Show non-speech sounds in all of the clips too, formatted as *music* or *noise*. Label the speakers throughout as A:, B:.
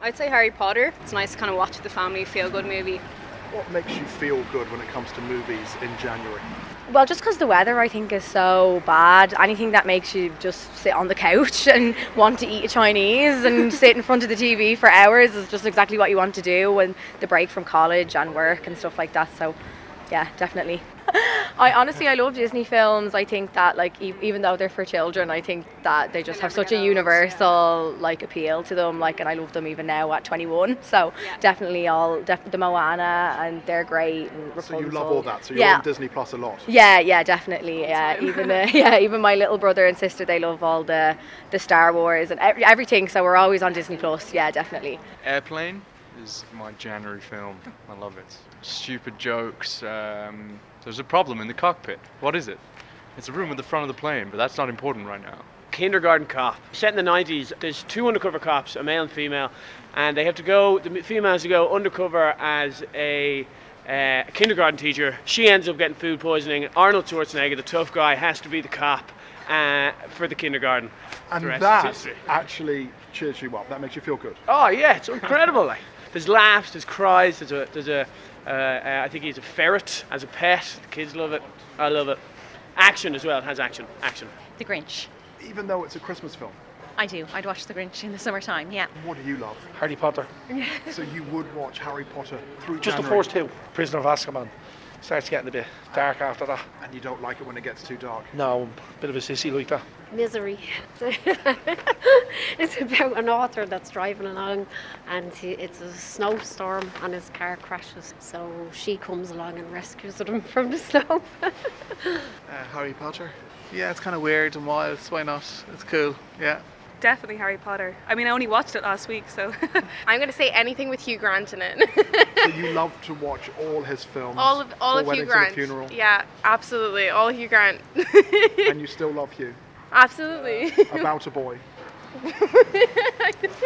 A: I'd say Harry Potter. It's nice to kind of watch the family feel good
B: *laughs*
A: movie.
C: What makes you feel good when it comes to movies in January?
D: Well, just because the weather, I think, is so bad. Anything that makes you just sit on the couch *laughs* and want to eat a Chinese
C: *laughs*
D: and sit in front of the TV for hours is just exactly what you want to do when the break from college and work and stuff like that. So, yeah, definitely. *laughs* I honestly, I love Disney films. I think that, like, e- even though they're for children, I think that they just
A: They
D: have
A: never
D: such a
A: get old,
D: universal like appeal to them. Like, and I love them even now at 21. So
A: Yeah.
D: definitely all def- the Moana and they're great. And
C: So you
D: Rapunzel.
C: love all that. So you're
D: Yeah.
C: on Disney Plus a lot.
D: Yeah, yeah, definitely. Yeah,
A: time.
E: *laughs*
D: even uh, yeah, even my little brother and sister, they love all the the Star Wars and every, everything. So we're always on Disney Plus. Yeah, definitely.
F: Airplane is my January film. I love it. Stupid jokes. Um, there's a problem in the cockpit. What is it? It's a room at the front of the plane, but that's not important right now.
G: Kindergarten Cop. Set in the 90s, there's two undercover cops, a male and female, and they have to go, the female has to go undercover as a uh, kindergarten teacher. She ends up getting food poisoning. Arnold Schwarzenegger, the tough guy, has to be the cop uh, for the kindergarten.
C: And
G: The rest is
C: that
G: history.
C: actually cheers you up. That makes you feel good.
G: Oh yeah, it's incredible. Like, there's laughs, there's cries, there's a there's a uh, uh, I think he's a ferret as a pet. The kids love it. I love it. Action as well. It has action. Action.
H: The Grinch.
C: Even though it's a Christmas film,
H: I do. I'd watch The Grinch in the summertime, yeah.
C: what do you love?
I: Harry Potter.
C: So you would watch Harry Potter through
I: Just the
C: January,
I: first two. Prisoner of Azkaban. Starts getting a bit dark after that.
C: and you don't like it when it gets too dark.
I: No, I'm a bit of a sissy like that.
J: Misery. *laughs* it's about an author that's driving along and he, it's a snowstorm and his car crashes. So she comes along and rescues him *laughs* from the snow.
K: Uh, Harry Potter. Yeah, it's kind of weird and wild. So why not? It's cool. Yeah.
B: Definitely Harry Potter. I mean, I only watched it last week, so
E: I'm going to say anything with Hugh Grant in it.
C: So you love to watch all his films.
E: all of all
C: Four
E: of Hugh
C: Weddings and a
E: Grant.
C: Funeral,
E: Yeah, absolutely. All Hugh Grant.
C: *laughs* and you still love Hugh. Uh,
E: absolutely.
C: About a boy.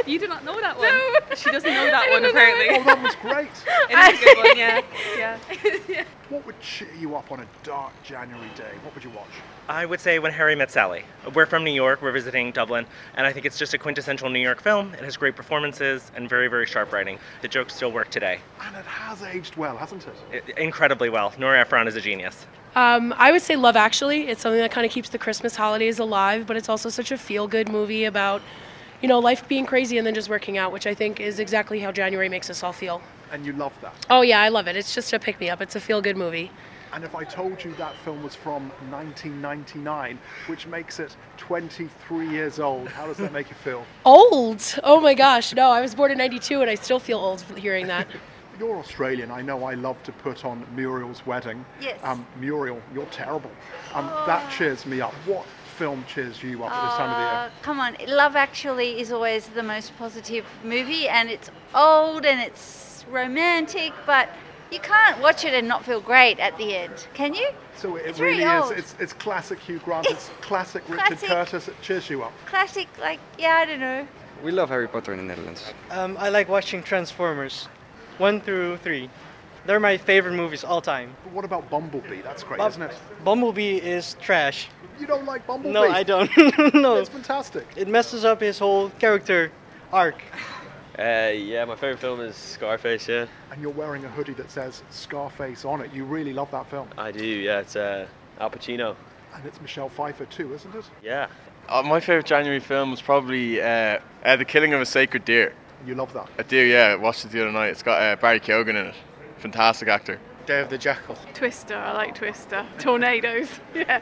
B: you do not know that one. She doesn't know that one apparently. *laughs*
C: Oh, that was
E: *laughs*
C: great.
B: It is a good one, *laughs* yeah, yeah.
C: What would cheer you up on a dark January day? What would you watch?
L: I would say When Harry Met Sally. We're from New York, we're visiting Dublin, and I think it's just a quintessential New York film. It has great performances and very, very sharp writing. The jokes still work today.
C: And it has aged well, hasn't it?
L: I- incredibly well. Nora Ephron is a genius.
B: Um, I would say Love Actually. It's something that kind of keeps the Christmas holidays alive, but it's also such a feel-good movie about, you know, life being crazy and then just working out, which I think is exactly how January makes us all feel.
C: And you love that.
B: Oh yeah, I love it. It's just a pick-me-up. It's a feel-good movie.
C: And if I told you that film was from 1999, which makes it 23 years old, how does that make you feel?
B: Old. Oh my gosh. No, I was born in '92 and I still feel old hearing that.
C: You're Australian. I know I love to put on Muriel's Wedding.
E: Yes.
C: Um, Muriel, you're terrible. Um,
J: Oh.
C: That cheers me up. What film cheers you up at this time of the year?
J: Uh, Come on, Love Actually is always the most positive movie and it's old and it's romantic, but you can't watch it and not feel great at the end, can you?
C: So it
J: it's
C: really
J: really
C: is.
J: old.
C: It's, it's classic Hugh Grant.
J: *laughs*
C: It's classic Richard
J: Classic.
C: Curtis. It cheers you up.
J: Classic, like, yeah, I don't know.
F: We love Harry Potter in the Netherlands.
K: Um, I like watching Transformers, one through three. They're my favorite movies all time.
C: But what about Bumblebee? That's great,
K: Bum-
C: isn't it?
K: Bumblebee is trash.
C: You don't like Bumblebee?
K: No, I don't. *laughs* no,
C: It's fantastic.
K: it messes up his whole character arc.
G: Uh, yeah, my favorite film is Scarface. Yeah,
C: And you're wearing a hoodie that says Scarface on it. You really love that film.
G: I do. Yeah, it's uh, Al Pacino.
C: And it's Michelle Pfeiffer too, isn't it?
G: Yeah.
I: Uh, my favourite January film was probably uh, uh, The Killing of a Sacred Deer.
C: You love that.
I: A deer, yeah, I watched it the other night. It's got uh, Barry Keoghan in it. Fantastic actor. Day of the Jackal.
B: Twister. I like Twister. Tornadoes. Yeah.